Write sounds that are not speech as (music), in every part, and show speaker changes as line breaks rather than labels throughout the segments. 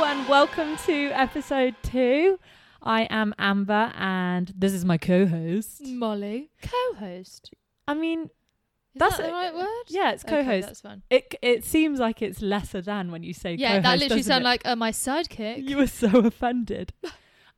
welcome to episode two. I am Amber, and this is my co-host.
Mm. Molly, co-host.
I mean,
Is
That's
that the
it.
right word?
yeah, it's
Okay,
co-host.
that's fine.
it it seems like it's lesser than when you say
Yeah,
co-host.
that literally
doesn't
sound
it?
like uh, my sidekick.
you were so
(laughs)
offended.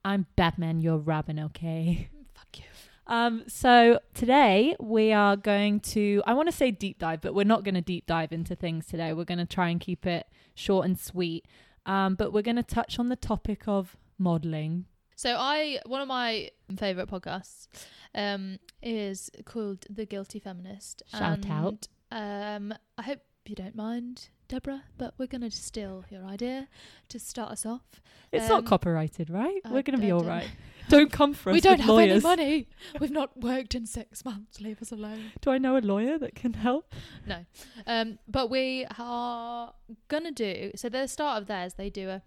I'm Batman. You're Robin. Okay.
Fuck you.
Um, so today we are going to, I want to say deep dive, but we're not going to deep dive into things today. We're going to try and keep it short and sweet. Um, but we're going to touch on the topic of modeling.
So I, one of my favorite podcasts, um, is called The Guilty Feminist.
Shout out.
Um, I hope you don't mind, Deborah, but we're gonna steal your idea to start us off.
It's
Um,
not copyrighted, right?
I
we're going to be
don't
all
know.
right. (laughs) Don't come for us.
we don't
with
have any
lawyers.
money. We've not worked in six months. Leave us alone.
Do I know a lawyer that can help?
Um, but we are gonna do so. The start of theirs, they do a,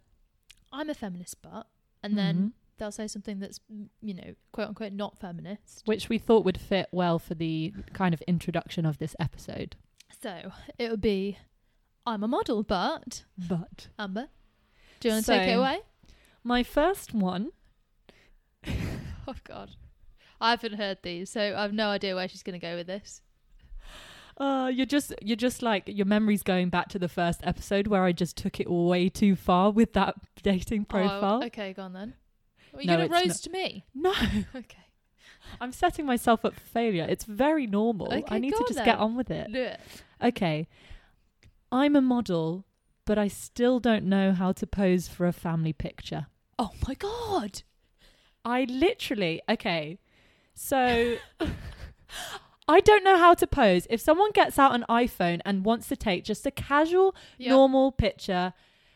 I'm a feminist, but, and then
Mhm.
they'll say something that's you know quote unquote not feminist.
Which we thought would fit well for the kind of introduction of this episode.
So it would be, I'm a model, but
But
Amber, do you want to
So-
take it away? (laughs)
my first one.
Oh God, I haven't heard these, so I've no idea where she's gonna go with this.
Uh, you're just you're just like your memory's going back to the first episode where I just took it way too far with that dating
Oh,
profile.
okay, go on then. Are you
No,
gonna
it's not-
roast me?
(laughs)
(laughs)
No,
Okay,
I'm setting myself up for failure. It's very normal. I
Okay,
need
go
to
on
just
then.
get on with it.
do it.
Okay. I'm a model, but I still don't know how to pose for a family picture.
Oh my God,
I literally, okay. So I don't know how to pose. If someone gets out an iPhone and wants to take just a casual
Yeah.
normal picture.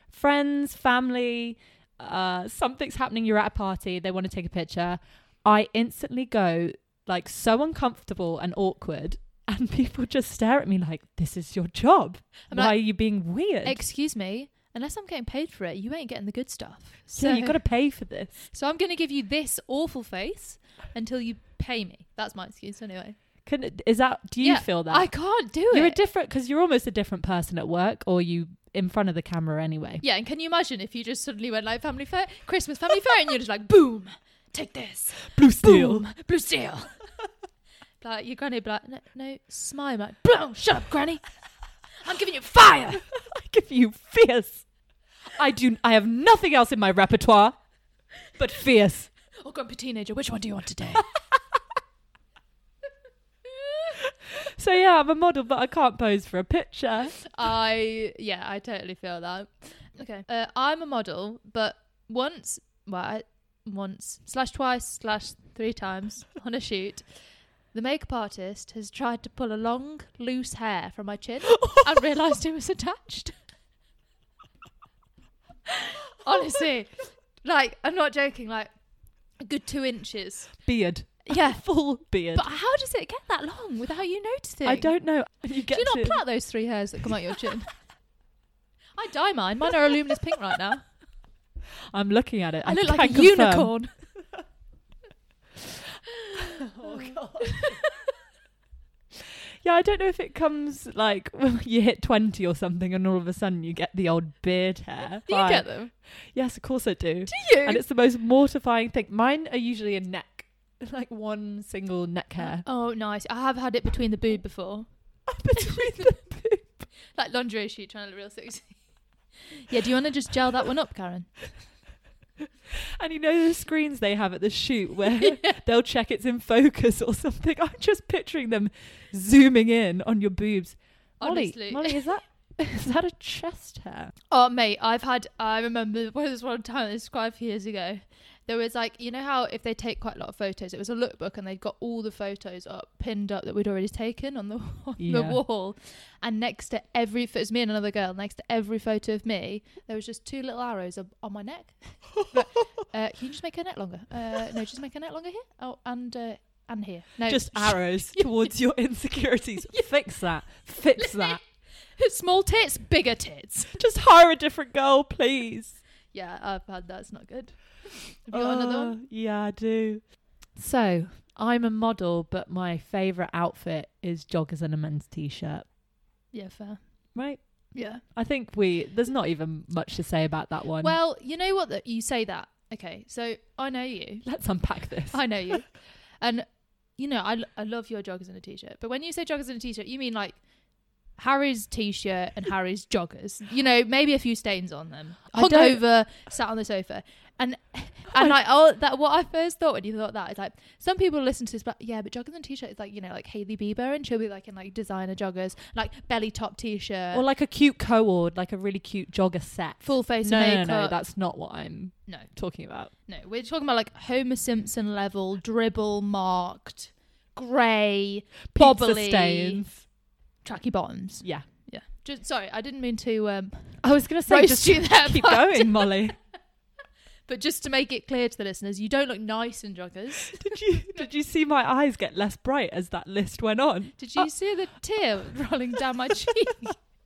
Friends, family, uh, something's happening. You're at a party. They want to take a picture. I instantly go like so uncomfortable and awkward, (laughs) and people just stare at me like, "This is your job.
I'm
Why
like,
are you being weird? (laughs)
Excuse me, unless I'm getting paid for it, you ain't getting the good stuff. So
so you
(laughs)
got to pay for this."
So I'm gonna give you this awful face until you pay me. That's my excuse anyway.
Can is that? Do you
Yeah,
feel that?
I can't do
you're a
it.
different because you're almost a different person at work, or you in front of the camera anyway.
yeah, and can you imagine if you just suddenly went like family fair, Christmas family fair, and you're just like, boom, take this,
Blue steel. (laughs)
boom, (laughs) blue steel. (laughs) like your granny would be like, no, no smile, like, boom, shut up, granny. I'm giving you fire.
I give you fierce. I do. I have nothing else in my repertoire but fierce.
Or grumpy teenager, which one do you want today?
So yeah, I'm a model, but I can't pose for a picture.
I yeah, I totally feel that. Okay, uh, I'm a model, but once, well, I, once slash twice slash three times (laughs) on a shoot, the makeup artist has tried to pull a long, loose hair from my chin and realised it was attached. (laughs) Honestly, like I'm not joking, like a good two inches.
(laughs) beard,
Yeah,
full beard.
but how does it get that long without you noticing?
I don't know. You get
Do you not
to-
plait those three hairs that come out your chin? (laughs) I dye mine. Mine are a luminous pink right now.
I'm looking at it.
(laughs) I look
can
like a
confirm.
(laughs) unicorn.
Yeah, I don't know if it comes like (laughs) you hit twenty or something, and all of a sudden you get the old beard hair.
Do you
Fine.
get them?
Yes, of course I do.
Do you?
And it's the most mortifying thing. Mine are usually a neck, (laughs) like one single neck
(laughs)
hair
Oh, nice. I have had it between the boob before.
between the two.
Like lingerie shoot, trying to look real sexy. yeah, do you want to just gel that one up, Karen?
And you know the screens they have at the shoot
(laughs)
where they'll check it's in focus or something. (laughs) I'm just picturing them zooming in on your boobs. Molly,
Honestly.
Molly, is that is that a chest hair?
Oh, mate, I've had. I remember (laughs) there was one time, this was quite a few years ago. There was like, you know how if they take quite a lot of photos, it was a lookbook and they'd got all the photos up, pinned up that we'd already taken on the, (laughs) on the
Yeah.
wall. And next to every, it was me and another girl, next to every photo of me, there was just two little arrows on, on my neck. Like,
(laughs)
uh, can you just make her neck longer? Uh, no, just make her neck longer here. Oh, and uh, and here. No,
Just arrows
Yeah.
towards your insecurities. Fix that. Fix
(laughs)
that.
(laughs) small tits, bigger tits.
Just hire a different girl, please.
Yeah, I've had that's not good. Have you got another one?
Oh, Yeah, I do. So I'm a model, but my favorite outfit is joggers and a men's t-shirt.
Yeah, fair.
Right?
Yeah.
I think we there's not even much to say about that one.
Well, you know what? That you say that. Okay, so I know you. (laughs)
let's unpack this.
I know you. and you know, I, I love your joggers and a t-shirt. But when you say joggers and a t-shirt, you mean like Harry's t-shirt and Harry's joggers. You know, maybe a few stains on them.
I don't-
Hungover, sat on the sofa. And and like oh that what I first thought when you thought that is like some people listen to this but yeah but joggers and t-shirt is like you know like Hailey Bieber and she'll be like in like designer joggers like belly top t-shirt
or like a cute coord, like a really cute jogger set.
full face
no, no, no,
makeup
no, that's not what I'm
no
talking about.
No, we're talking about like Homer Simpson level, dribble marked, grey, bobbly,
Pizza stains.
tracky bottoms.
Yeah.
Yeah. Just sorry, I didn't mean to um,
I was gonna say
roast
just
you (laughs) there.
keep
but-
going,
(laughs)
Molly.
But just to make it clear to the listeners, you don't look nice in joggers.
did you did you see my eyes get less bright as that list went on?
Did you see the tear rolling down my cheek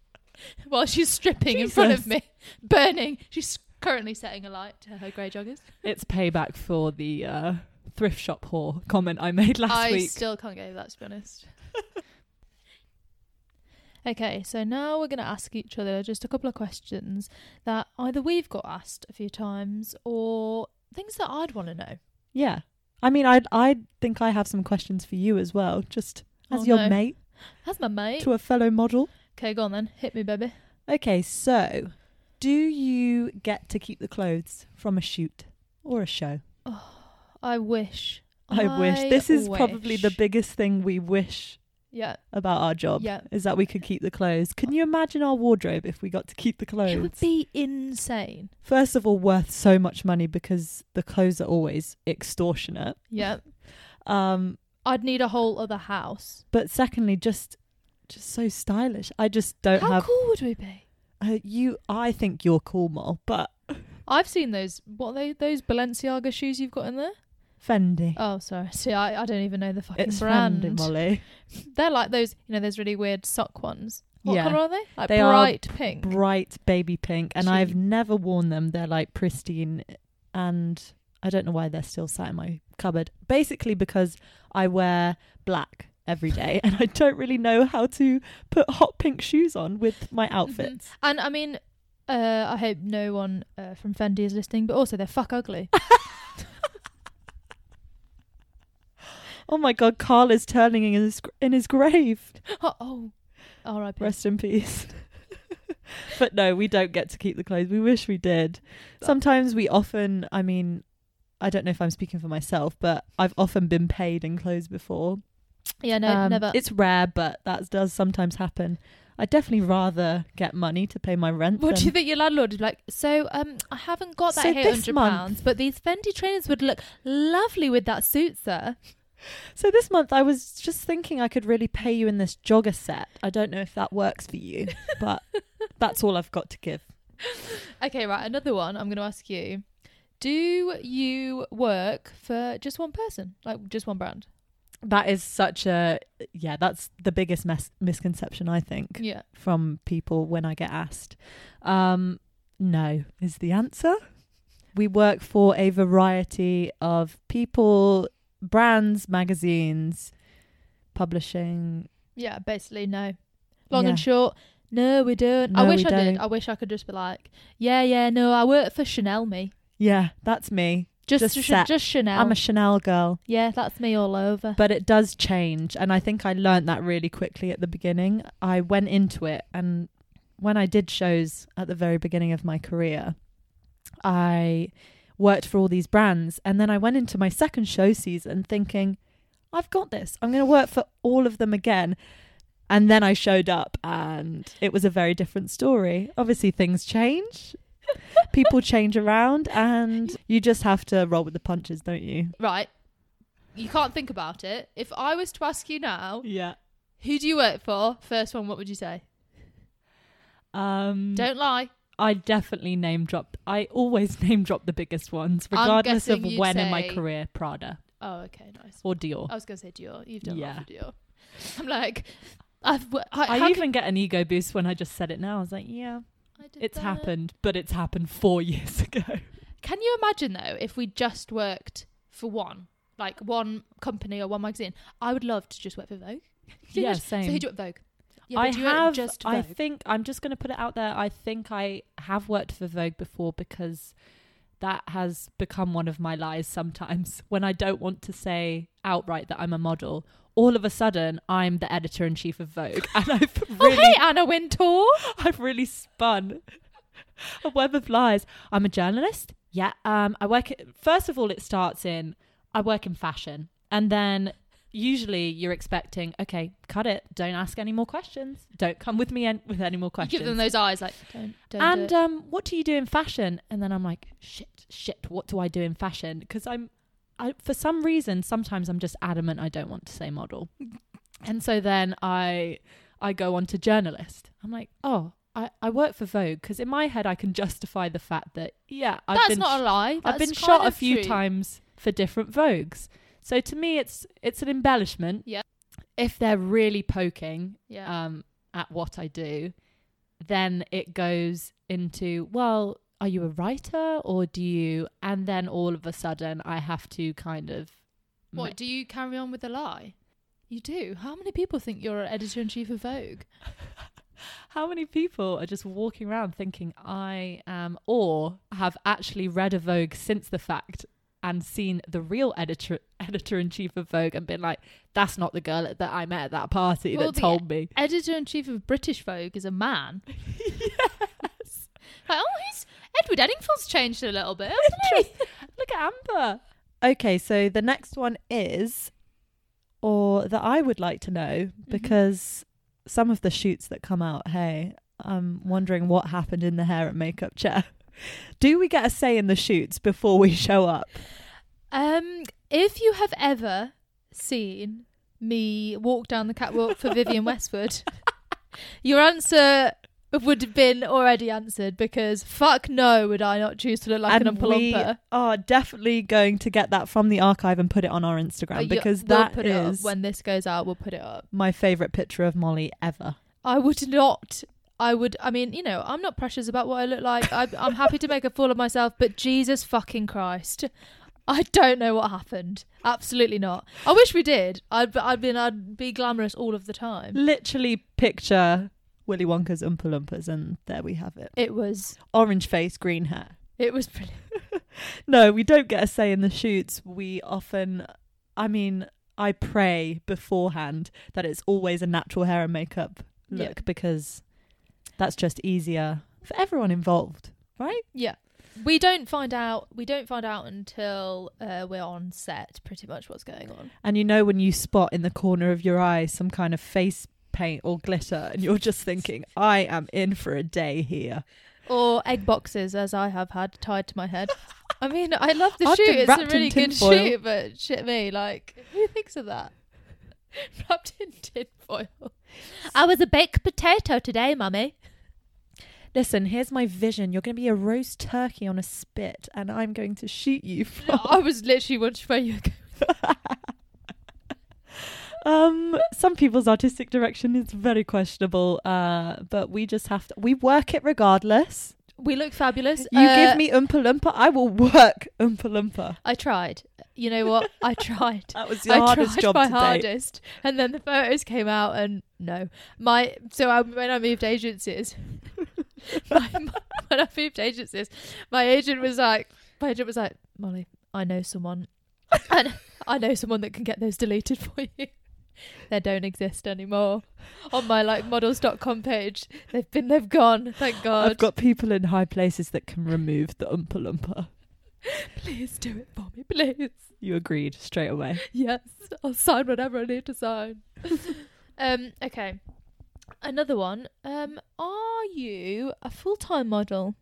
(laughs) while she's stripping in front of
Jesus.
me, burning? She's currently setting a light to her grey joggers.
It's payback for the uh, thrift shop whore comment I made last
I
week.
still can't go with that, to be honest. (laughs) okay, so now we're going to ask each other just a couple of questions that either we've got asked a few times or things that I'd want to know.
yeah. I mean I I think I have some questions for you as well, just as
Oh,
your
no.
mate
That's my mate.
to a fellow model.
Okay, go on then. Hit me, baby.
Okay, so do you get to keep the clothes from a shoot or a show?
I wish.
I, wish. This is probably the
wish.
biggest thing we wish
Yeah.
about our job
Yeah.
is that we could keep the clothes. Can you imagine our wardrobe if we got to keep the clothes?
It would be insane.
First of all, worth so much money because the clothes are always extortionate.
Yeah.
Um,
I'd need a whole other house.
but secondly, just just so stylish. I just don't
How
have
cool would we be?
uh, you. I think you're cool, Mol,
(laughs)
but
I've seen those. What are they? Those Balenciaga shoes you've got in there?
Fendi.
Oh, sorry. (laughs) See, I, I don't even know the fucking
it's
brand.
Fendi, Molly.
They're like those, you know, those really weird sock ones. What
Yeah.
colour are they? Like
They are
bright pink.
bright baby pink, and
She-
I've never worn them. They're like pristine, and I don't know why they're still sat in my cupboard. Basically, because I wear black every day, (laughs) and I don't really know how to put hot pink shoes on with
Mm-hmm.
my outfits.
and I mean, uh, I hope no one uh, from Fendi is listening, but also they're
(laughs)
fuck ugly. (laughs)
Oh my god, Carl is turning in his in his grave.
oh, oh, R.I.P.
Rest in peace. (laughs) but no, we don't get to keep the clothes. We wish we did. Sometimes we often, I mean, I don't know if I'm speaking for myself, but I've often been paid in clothes before.
Yeah, no,
Um,
never.
It's rare, but that does sometimes happen. I'd definitely rather get money to pay my rent.
What do you
than-
think your landlord would be like? So, um, I haven't got that
So
eight
this
hundred pounds,
month-
but these Fendi trainers would look lovely with that suit, sir.
So this month, I was just thinking I could really pay you in this jogger set. I don't know if that works for (laughs) you, but that's all I've got to give.
Okay, right. Another one. I'm going to ask you: Do you work for just one person, like just one brand?
That is such a yeah. That's the biggest mes- misconception I think
Yeah.
from people when I get asked. Um, no is the answer. We work for a variety of people, brands, magazines, publishing.
Yeah, basically no. Long and
Yeah.
short, no, we don't. I
No,
wish
we
I did.
don't.
I wish I could just be like, yeah, yeah, no, I work for Chanel, me.
Yeah, that's me.
Just
Just
just,
set.
just Chanel.
I'm a Chanel girl.
yeah, that's me all over.
But it does change. And I think I learned that really quickly at the beginning. I went into it, and when I did shows at the very beginning of my career, I worked for all these brands. And then I went into my second show season thinking, I've got this. I'm going to work for all of them again. And then I showed up, and it was a very different story. Obviously, things (laughs) change. People change around and you just have to roll with the punches, don't you?
right. You can't think about it. If I was to ask you now,
Yeah.
who do you work for? First one, what would you say?
Um
Don't lie.
I definitely name drop. I always (laughs) name drop the biggest ones, regardless of
guessing you'd
when in my
say-
career Prada
Oh, okay, nice.
or Dior.
I was gonna say Dior. You've done a
Yeah.
lot for Dior. (laughs) I'm like, I've. wo- I,
I
how
even get an ego boost when I just said it now. I was like, yeah,
could- I did
it's
that.
happened, but it's happened four (laughs) years ago.
Can you imagine though if we just worked for one, like one company or one magazine? I would love to just work for Vogue. (laughs)
yeah,
So
(laughs) same.
who do you work for Vogue? Yeah,
I
but do you
have.
Just
I
Vogue?
think I'm just going to put it out there. I think I have worked for Vogue before because that has become one of my lies sometimes. (laughs) When I don't want to say outright that I'm a model, all of a sudden I'm the editor in chief of Vogue, (laughs) and I've
Oh,
really,
hey, Anna Wintour.
(laughs) I've really spun a web of lies. I'm a journalist. Yeah. Um. I work. At, first of all, it starts in I work in fashion, and then usually you're expecting, okay, cut it. Don't ask any more questions. Don't come with me an- with any more
You
questions.
give them those eyes like, don't, don't do
and
it.
um, what do you do in fashion? And then I'm like, shit, shit. What do I do in fashion? Because I'm, I for some reason sometimes I'm just adamant I don't want to say
(laughs)
model, and so then I, I go on to journalist. I'm like, oh. I, I work for Vogue because in my head I can justify the fact that yeah I've
That's
been
not a lie.
I've
That's
been
kind
shot a
of
few
true.
times for different Vogues. So to me, it's it's an embellishment.
Yeah.
If they're really poking
Yeah.
um, at what I do, then it goes into well, are you a writer or do you? And then all of a sudden, I have to kind of
What do you carry on with the lie? You do. How many people think you're editor in chief of Vogue?
(laughs) How many people are just walking around thinking I am, or have actually read a Vogue since the fact and seen the real editor editor in chief of Vogue and been like, "That's not the girl that I met at that party
Well,
that
the-
told me." (laughs)
Editor in chief of British Vogue is a man.
yes,
Like, oh, he's Edward Eddingfield's changed a
(laughs)
little bit, hasn't he?
look at Amber. Okay, so the next one is, or that I would like to know
Mm-hmm.
because some of the shoots that come out, hey, I'm wondering what happened in the hair and makeup chair. (laughs) Do we get a say in the shoots before we show up?
Um, if you have ever seen me walk down the catwalk for
(laughs)
Vivian Westwood, your answer would have been already answered because fuck no, would I not choose to look like an
and
Oompa
we
Loompa.
are definitely going to get that from the archive and put it on our Instagram
But Oh, you-
because
we'll
that
put it up.
is
when this goes out, we'll put it up.
my favorite picture of Molly ever.
I would not. I would. I mean, you know, I'm not precious about what I look like. I, I'm happy to make a fool of myself, but Jesus fucking Christ, I don't know what happened. Absolutely not. I wish we did. I'd. be- I'd been. I'd be glamorous all of the time.
Literally picture Willy Wonka's Oompa Loompas, and there we have it.
It was.
Orange face, green hair.
It was brilliant.
No, we don't get a say in the shoots. We often, I mean, I pray beforehand that it's always a natural hair and makeup
Yeah.
look because that's just easier for everyone involved.
Yeah. We don't find out. We don't find out until uh, we're on set. Pretty much what's going on.
And you know when you spot in the corner of your eye some kind of face paint or glitter and you're just thinking, I am in for a day here.
Or egg boxes, as I have had tied to my head. I mean, I love the
Often
shoot. It's
wrapped
a
in
really good
tinfoil.
shoot, but shit me, like, who thinks of that? (laughs) wrapped in tinfoil. I was a baked potato today, mummy.
Listen, here's my vision. You're going to be a roast turkey on a spit and I'm going to shoot you (laughs) from
I was literally wondering where you were going.
um some people's artistic direction is very questionable uh but we just have to we work it regardless
We look fabulous.
you
Uh,
give me oompa loompa i will work oompa loompa
I tried. You know what? I tried.
that was your
I
hardest
tried
job
my
to date.
hardest, and then the photos came out, and no, my so I, when I
(laughs)
moved agencies, my, my- when I moved agencies, my agent was like, my agent was like, Molly, I know someone, (laughs) and I know someone that can get those deleted for you. They don't exist anymore on my like models.com page. They've been, they've gone. Thank God.
i've got people in high places that can remove the oompa loompa
Please do it for me, please.
you agreed straight away
yes, I'll sign whatever I need to sign. (laughs) um, okay. Another one. Um, are you a full time model?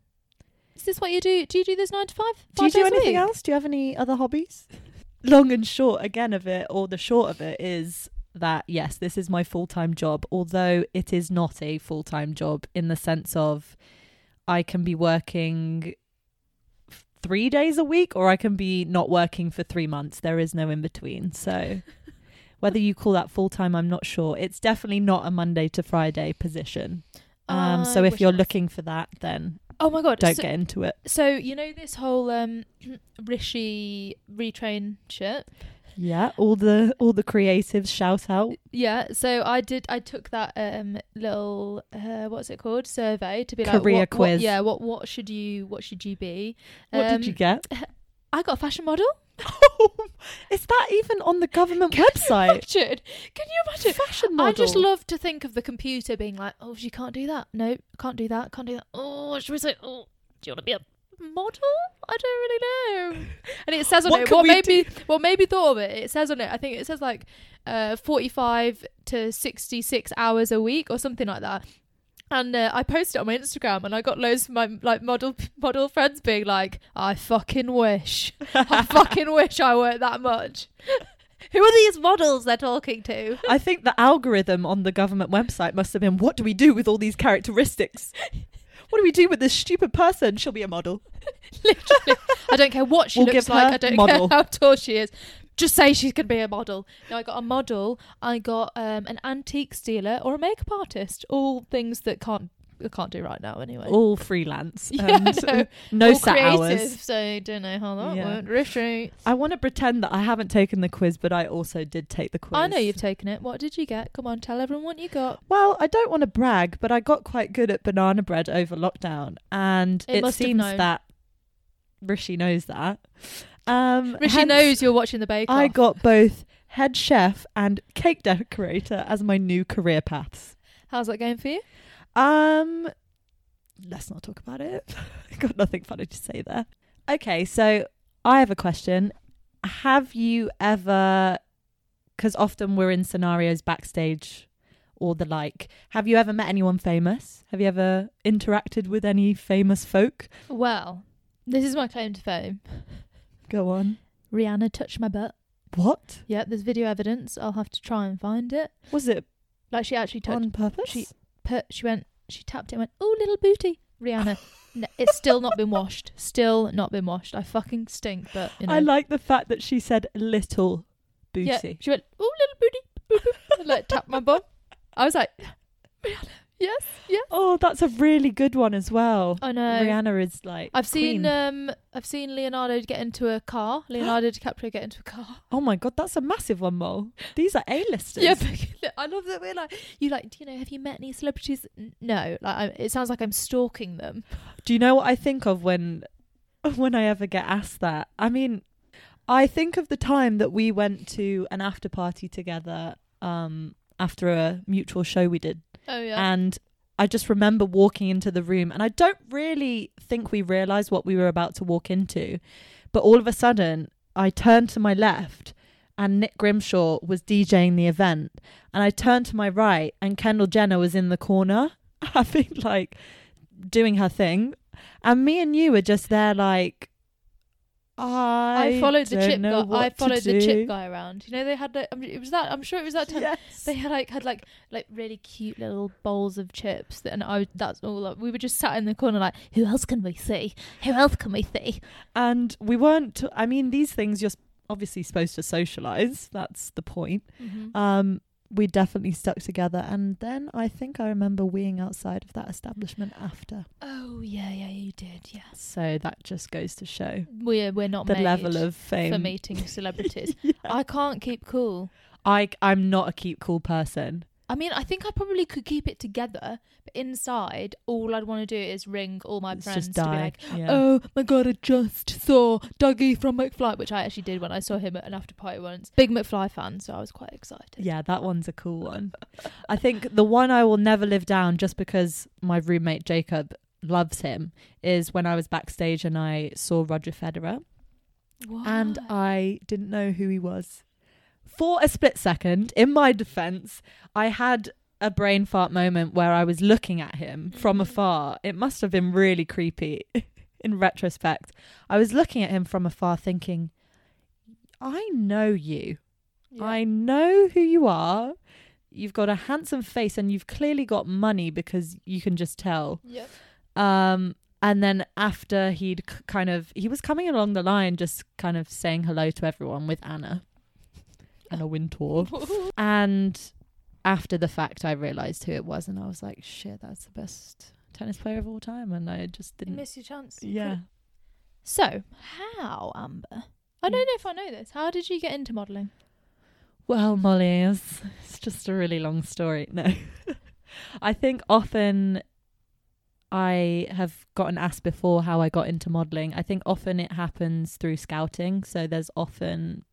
Is this what you do? Do you do this nine to five?
do you
Five
do
days a
anything
week?
else do you have any other hobbies long and short again of it or the short of it is that yes this is my full-time job although it is not a full-time job in the sense of i can be working f- three days a week or i can be not working for three months there is no in between (laughs) so whether you call that full-time i'm not sure it's definitely not a monday to friday position um,
I
so if
wish
you're
I-
looking for that then
oh my god,
don't
so,
get into it
(clears throat) so you know this whole um, Rishi retrain shit.
Yeah, all the all the creatives shout out.
Yeah, so I did. I took that um little uh, what's it called survey to be like
Career
what- what-
quiz.
yeah, what what should you what should you be?
What
Um,
did you
(laughs)
get? (laughs)
I got a fashion model.
Is that even on the government
Can you
website?
Imagine? Can you imagine?
Fashion
I just
model.
love to think of the computer being like, oh, she can't do that. No, can't do that. Can't do that. Oh, should we say, oh, do you want to be a model? I don't really know. And it says on
What
it,
can
what
we
made me, what made me thought of it, it says on it, I think it says like uh, 45 to 66 hours a week or something like that. And uh, I posted it on my Instagram, and I got loads of my like model model friends being like, "I fucking wish, (laughs) I fucking wish I worked that much." Who are these models they're talking to?
I think the algorithm on the government website must have been what do we do with all these characteristics? What do we do with this stupid person? She'll be a model.
Literally, I don't care what she
We'll
looks
give
like.
her
I don't
model.
care (laughs) how tall she is. Just say she's gonna be a model. Now I got a model. I got um, an antiques dealer or a makeup artist. All things that can't I can't do right now anyway.
All freelance.
(laughs) Yeah, I
and
know.
no
All
set
creative,
hours.
So I don't know how that
Yeah.
went. Rishi.
I want to pretend that I haven't taken the quiz, but I also did take the quiz.
I know you've taken it. What did you get? Come on, tell everyone what you got.
Well, I don't want to brag, but I got quite good at banana bread over lockdown, and
It
it,
must have
seems
known.
that Rishi knows that. Um,
Rishi
hence
knows you're watching the Bake Off.
I got both head chef and cake decorator as my new career paths.
How's that going for you?
Um, let's not talk about it. (laughs) I got nothing funny to say there. Okay, so I have a question. Have you ever? Because often we're in scenarios backstage or the like. Have you ever met anyone famous? Have you ever interacted with any famous folk?
Well, this is my claim to fame.
Go on.
Rihanna touched my butt.
What
Yep, there's video evidence. I'll have to try and find it.
was it
Like she actually touched.
on purpose? (laughs)
she- Put, she went. She tapped it. and Went. Oh, little booty, Rihanna. No, it's still not been washed. Still not been washed. I fucking stink, but you know.
I like the fact that she said little booty.
Yeah, she went. Oh, little booty. (laughs) boop, boop," and, like tapped my bum. I was like, Rihanna. Yes, yes.
Oh, that's a really good one as well.
I know.
Rihanna is like.
I've seen
queen.
um I've seen Leonardo get into
(gasps)
a car. Leonardo DiCaprio get into a car.
oh my god, that's a massive one, Mole. These are A-listers.
Yeah, but (laughs) I love that we're like you like do you know have you met any celebrities? N- No, like I, it sounds like I'm stalking them.
Do you know what I think of when (laughs) when I ever get asked that? I mean, I think of the time that we went to an after party together um, after a mutual show we did,
Oh yeah,
and I just remember walking into the room, and I don't really think we realized what we were about to walk into, but all of a sudden I turned to my left. And Nick Grimshaw was DJing the event, and I turned to my right, and Kendall Jenner was in the corner, (laughs) having like doing her thing, and me and you were just there like, I,
I, followed the
don't
chip
know
guy. I
what to
followed the
do."
chip guy around. You know they had like, I mean, it was that I'm sure it was that
(laughs)
time
Yes.
they had like had like like really cute little bowls of chips that, and I that's all like, we were just sat in the corner like who else can we see? Who else can we see?
and we weren't. I mean, these things you're s- obviously supposed to socialize. That's the point.
Uh,
um we definitely stuck together and then i think i remember weeing outside of that establishment after
Oh yeah, yeah, you did. Yeah,
so that just goes to show
we're we're not
the
made
level of fame (laughs)
for meeting celebrities.
Yeah.
I can't keep cool.
I i'm not a keep cool person
I mean, I think I probably could keep it together, but inside, all I'd want to do is ring all my
It's
friends
just
to be
die
like,
yeah.
"Oh my god, I just saw Dougie from McFly," which I actually did when I saw him at an after party once. Big McFly fan, so I was quite excited.
yeah that one's a cool one i think the one i will never live down just because my roommate jacob loves him is when i was backstage and i saw roger federer and
Why?
I didn't know who he was. For a split second, in my defense, I had a brain fart moment where I was looking at him from
Mhm.
afar. It must have been really creepy (laughs) in retrospect. I was looking at him from afar thinking, I know you.
Yeah.
I know who you are. You've got a handsome face and you've clearly got money because you can just tell. (laughs)
Yep.
Um, and then after he'd k- kind of, he was coming along the line, just kind of saying hello to everyone with Anna, Anna
(laughs)
Wintour. and after the fact, I realized who it was, and I was like, shit, that's the best tennis player of all time. And I just
You
didn't.
miss your chance. You
Yeah.
could've- So how, Amber? I I
Mm.
don't know if I know this. How did you get into modelling?
Well, Molly, it's, it's just a really long story. No. (laughs) I think often I have gotten asked before how I got into modelling. I think often it happens through scouting. So there's often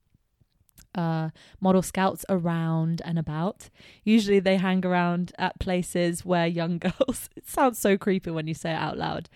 uh, model scouts around and about. Usually they hang around at places where young (laughs) girls, it sounds so creepy when you say it out loud,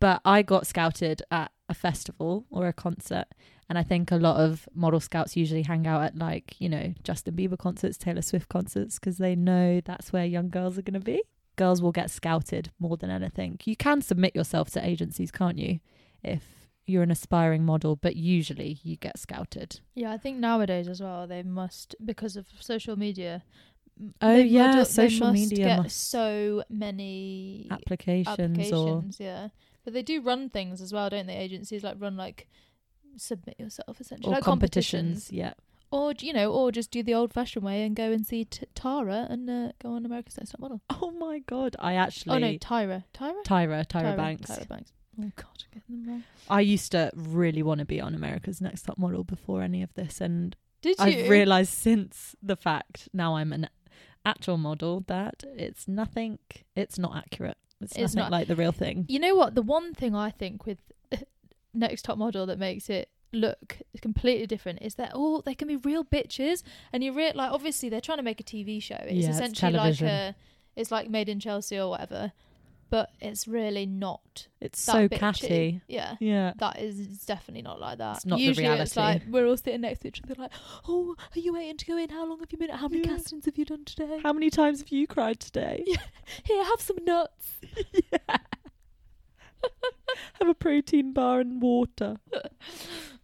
but I got scouted at a festival or a concert. And I think a lot of model scouts usually hang out at like, you know, Justin Bieber concerts, Taylor Swift concerts, because they know that's where young girls are going to be. Girls will get scouted more than anything. You can submit yourself to agencies, can't you? If you're an aspiring model, but usually you get scouted.
Yeah, I think nowadays as well they must because of social media. m-
Oh,
they
yeah,
must-
social
they must
media
get
must-
so many
Applications, or
applications. Yeah, but they do run things as well, don't they? Agencies like run like submit yourself essentially,
or
like
competitions.
competitions.
Yeah.
or you know, or just do the old-fashioned way and go and see t- Tara and uh, go on America's Next Top Model.
(laughs) Oh my god! I actually.
Oh no, Tyra, Tyra,
Tyra, Tyra, Banks.
Tyra Banks. Oh god, I'm getting them wrong.
I used to really want to be on America's Next Top Model before any of this, and
Did you?
I've realized since the fact now I'm an actual model that it's nothing. It's not accurate. It's,
It's
nothing
not-
like the real thing.
You know what? The one thing I think with (laughs) Next Top Model that makes it look completely different is that all they can be real bitches, and you real like obviously they're trying to make a TV show. It's
Yeah, it's
essentially like
television.
a, it's like Made in Chelsea or whatever, but it's really not
It's
that
so
bitchy.
catty.
Yeah.
Yeah.
That is it's definitely not like that.
It's not the
Usually it's like
reality.
we're all sitting next to each other like, Oh, are you waiting to go in? How long have you been how many
Yeah.
castings have you done today?
How many times have you cried today?
Here, have some nuts.
(laughs) Have a protein bar and water.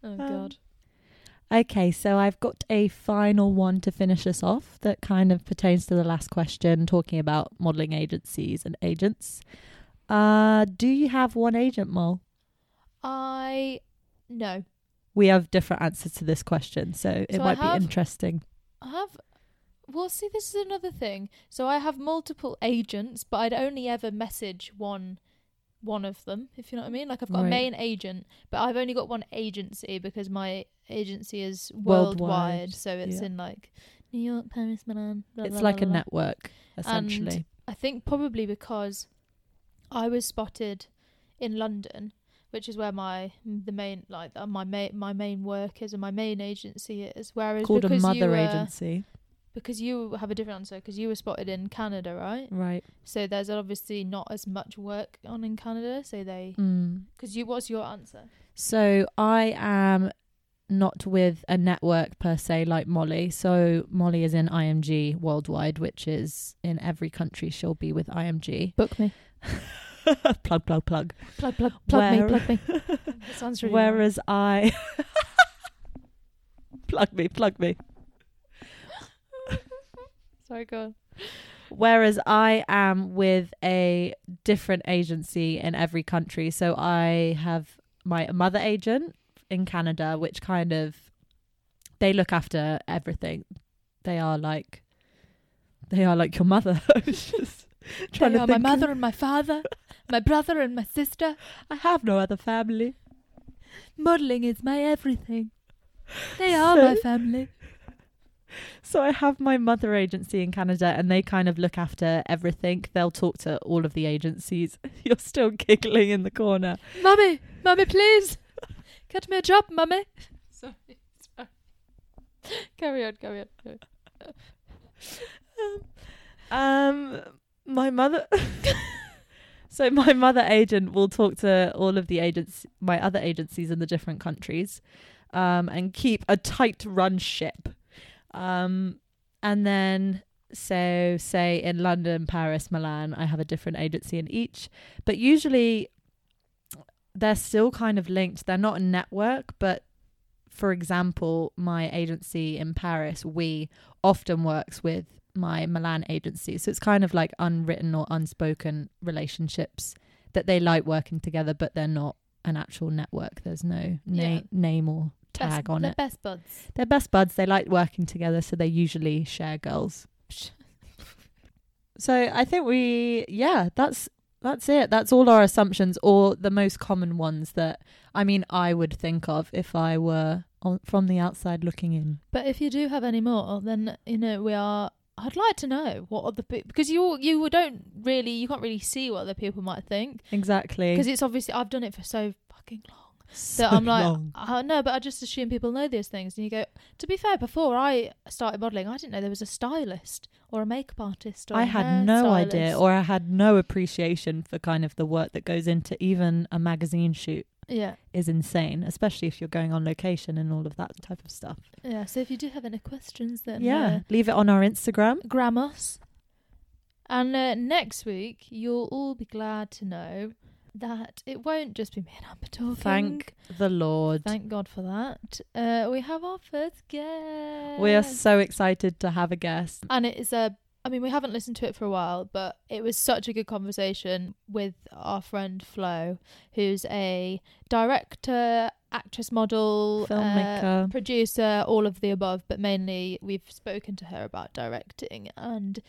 Oh
God. Okay, so I've got a final one to finish us off that kind of pertains to the last question, talking about modeling agencies and agents. Uh, do you have one agent, Mol?
I no.
We have different answers to this question, so it
So I
might
have-
be interesting.
I have. Well, see, this is another thing. So I have multiple agents, but I'd only ever message one, one of them. If you know what I mean. Like I've got
Right.
a main agent, but I've only got one agency because my agency is
Worldwide,
worldwide. so it's
yeah.
in like New York, Paris, Milan. Blah,
It's
blah,
like
blah,
a
blah, blah.
network, essentially.
I think probably because I was spotted in London, which is where my the main like uh, my main my main work is and my main agency is. Whereas
Called a
because you
mother
were-
agency.
because you have a different answer because you were spotted in Canada, right?
Right.
So there's obviously not as much work on in Canada. So they
Mm.
because you what's your answer?
So I am not with a network per se like Molly. So Molly is in IMG worldwide, which is in every country she'll be with
(laughs)
IMG.
Book me,
plug, plug, plug.
plug plug plug
Where-
me,
(laughs)
plug me. That sounds really wrong.
Whereas I. (laughs) plug me, plug
(laughs)
me.
Sorry, go on.
Whereas I am with a different agency in every country. So I have my mother agent in Canada, which kind of they look after everything. They are like they are like your mother. (laughs) I was just trying
They
to
are
think.
my mother and my father, my brother and my sister.
I have no other family.
Modelling is my everything. They are
So-
my family.
So I have my mother agency in Canada and they kind of look after everything. They'll talk to all of the agencies. (laughs) You're still giggling in the corner.
Mummy, mummy, please get me a job, mummy. Sorry, sorry. Carry on, carry on. Carry on.
Um, my mother. (laughs) so my mother agent will talk to all of the agents, my other agencies in the different countries, um, and keep a tight run ship. Um, and then so say in London, Paris, Milan, I have a different agency in each, but usually they're still kind of linked. They're not a network, but for example, my agency in Paris, we often works with my Milan agency. So it's kind of like unwritten or unspoken relationships that they like working together, but they're not an actual network. There's no na-
Yeah.
name or
Best-
tag on
the
it.
Best buds.
They're best buds. They like working together, so they usually share girls. (laughs) So I think we, yeah, that's that's it. That's all our assumptions, or the most common ones that I mean I would think of if I were on, from the outside looking in.
But if you do have any more, then you know we are. I'd like to know what other people because you you don't really you can't really see what other people might think
Exactly.
because it's obviously I've done it for so fucking long. So, I'm like, I know, but I just assume people know these things. And you go, to be fair, before I started modelling, I didn't know there was a stylist or a makeup artist. Or
I
a hair
had no
stylist.
idea, or I had no appreciation for kind of the work that goes into even a magazine shoot
yeah,
is insane, especially if you're going on location and all of that type of stuff.
yeah. So if you do have any questions, then
yeah,
uh,
leave it on our Instagram.
gram us. And uh, next week, you'll all be glad to know that it won't just be me and Amber talking.
Thank the Lord.
Thank God for that. Uh, we have our first guest.
we are so excited to have a guest.
and it is a i mean we haven't listened to it for a while but it was such a good conversation with our friend flo who's a director actress model uh,
Filmmaker.
producer all of the above but mainly we've spoken to her about directing and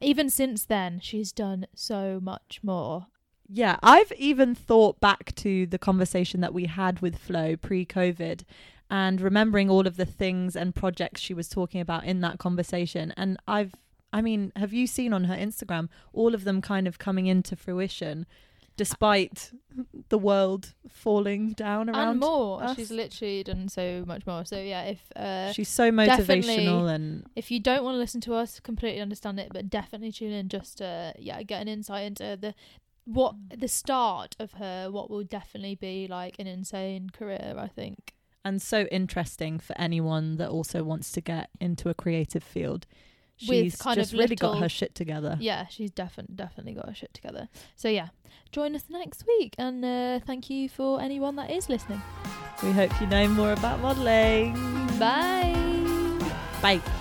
even since then she's done so much more
Yeah, I've even thought back to the conversation that we had with Flo pre COVID and remembering all of the things and projects she was talking about in that conversation. And I've, I mean, have you seen on her Instagram all of them kind of coming into fruition despite the world falling down around?
and more
us.
she's literally done so much more so yeah if uh,
She's so
Definitely.
motivational and
if you don't want to listen to us completely understand it but definitely tune in just to yeah get an insight into the what the start of her what will definitely be like an insane career i think
and so interesting for anyone that also wants to get into a creative field. She's
With kind of
just really got
little-
her shit together.
yeah she's definitely definitely got her shit together so yeah join us next week and uh, thank you for anyone that is listening
We hope you know more about modelling.
bye
Bye.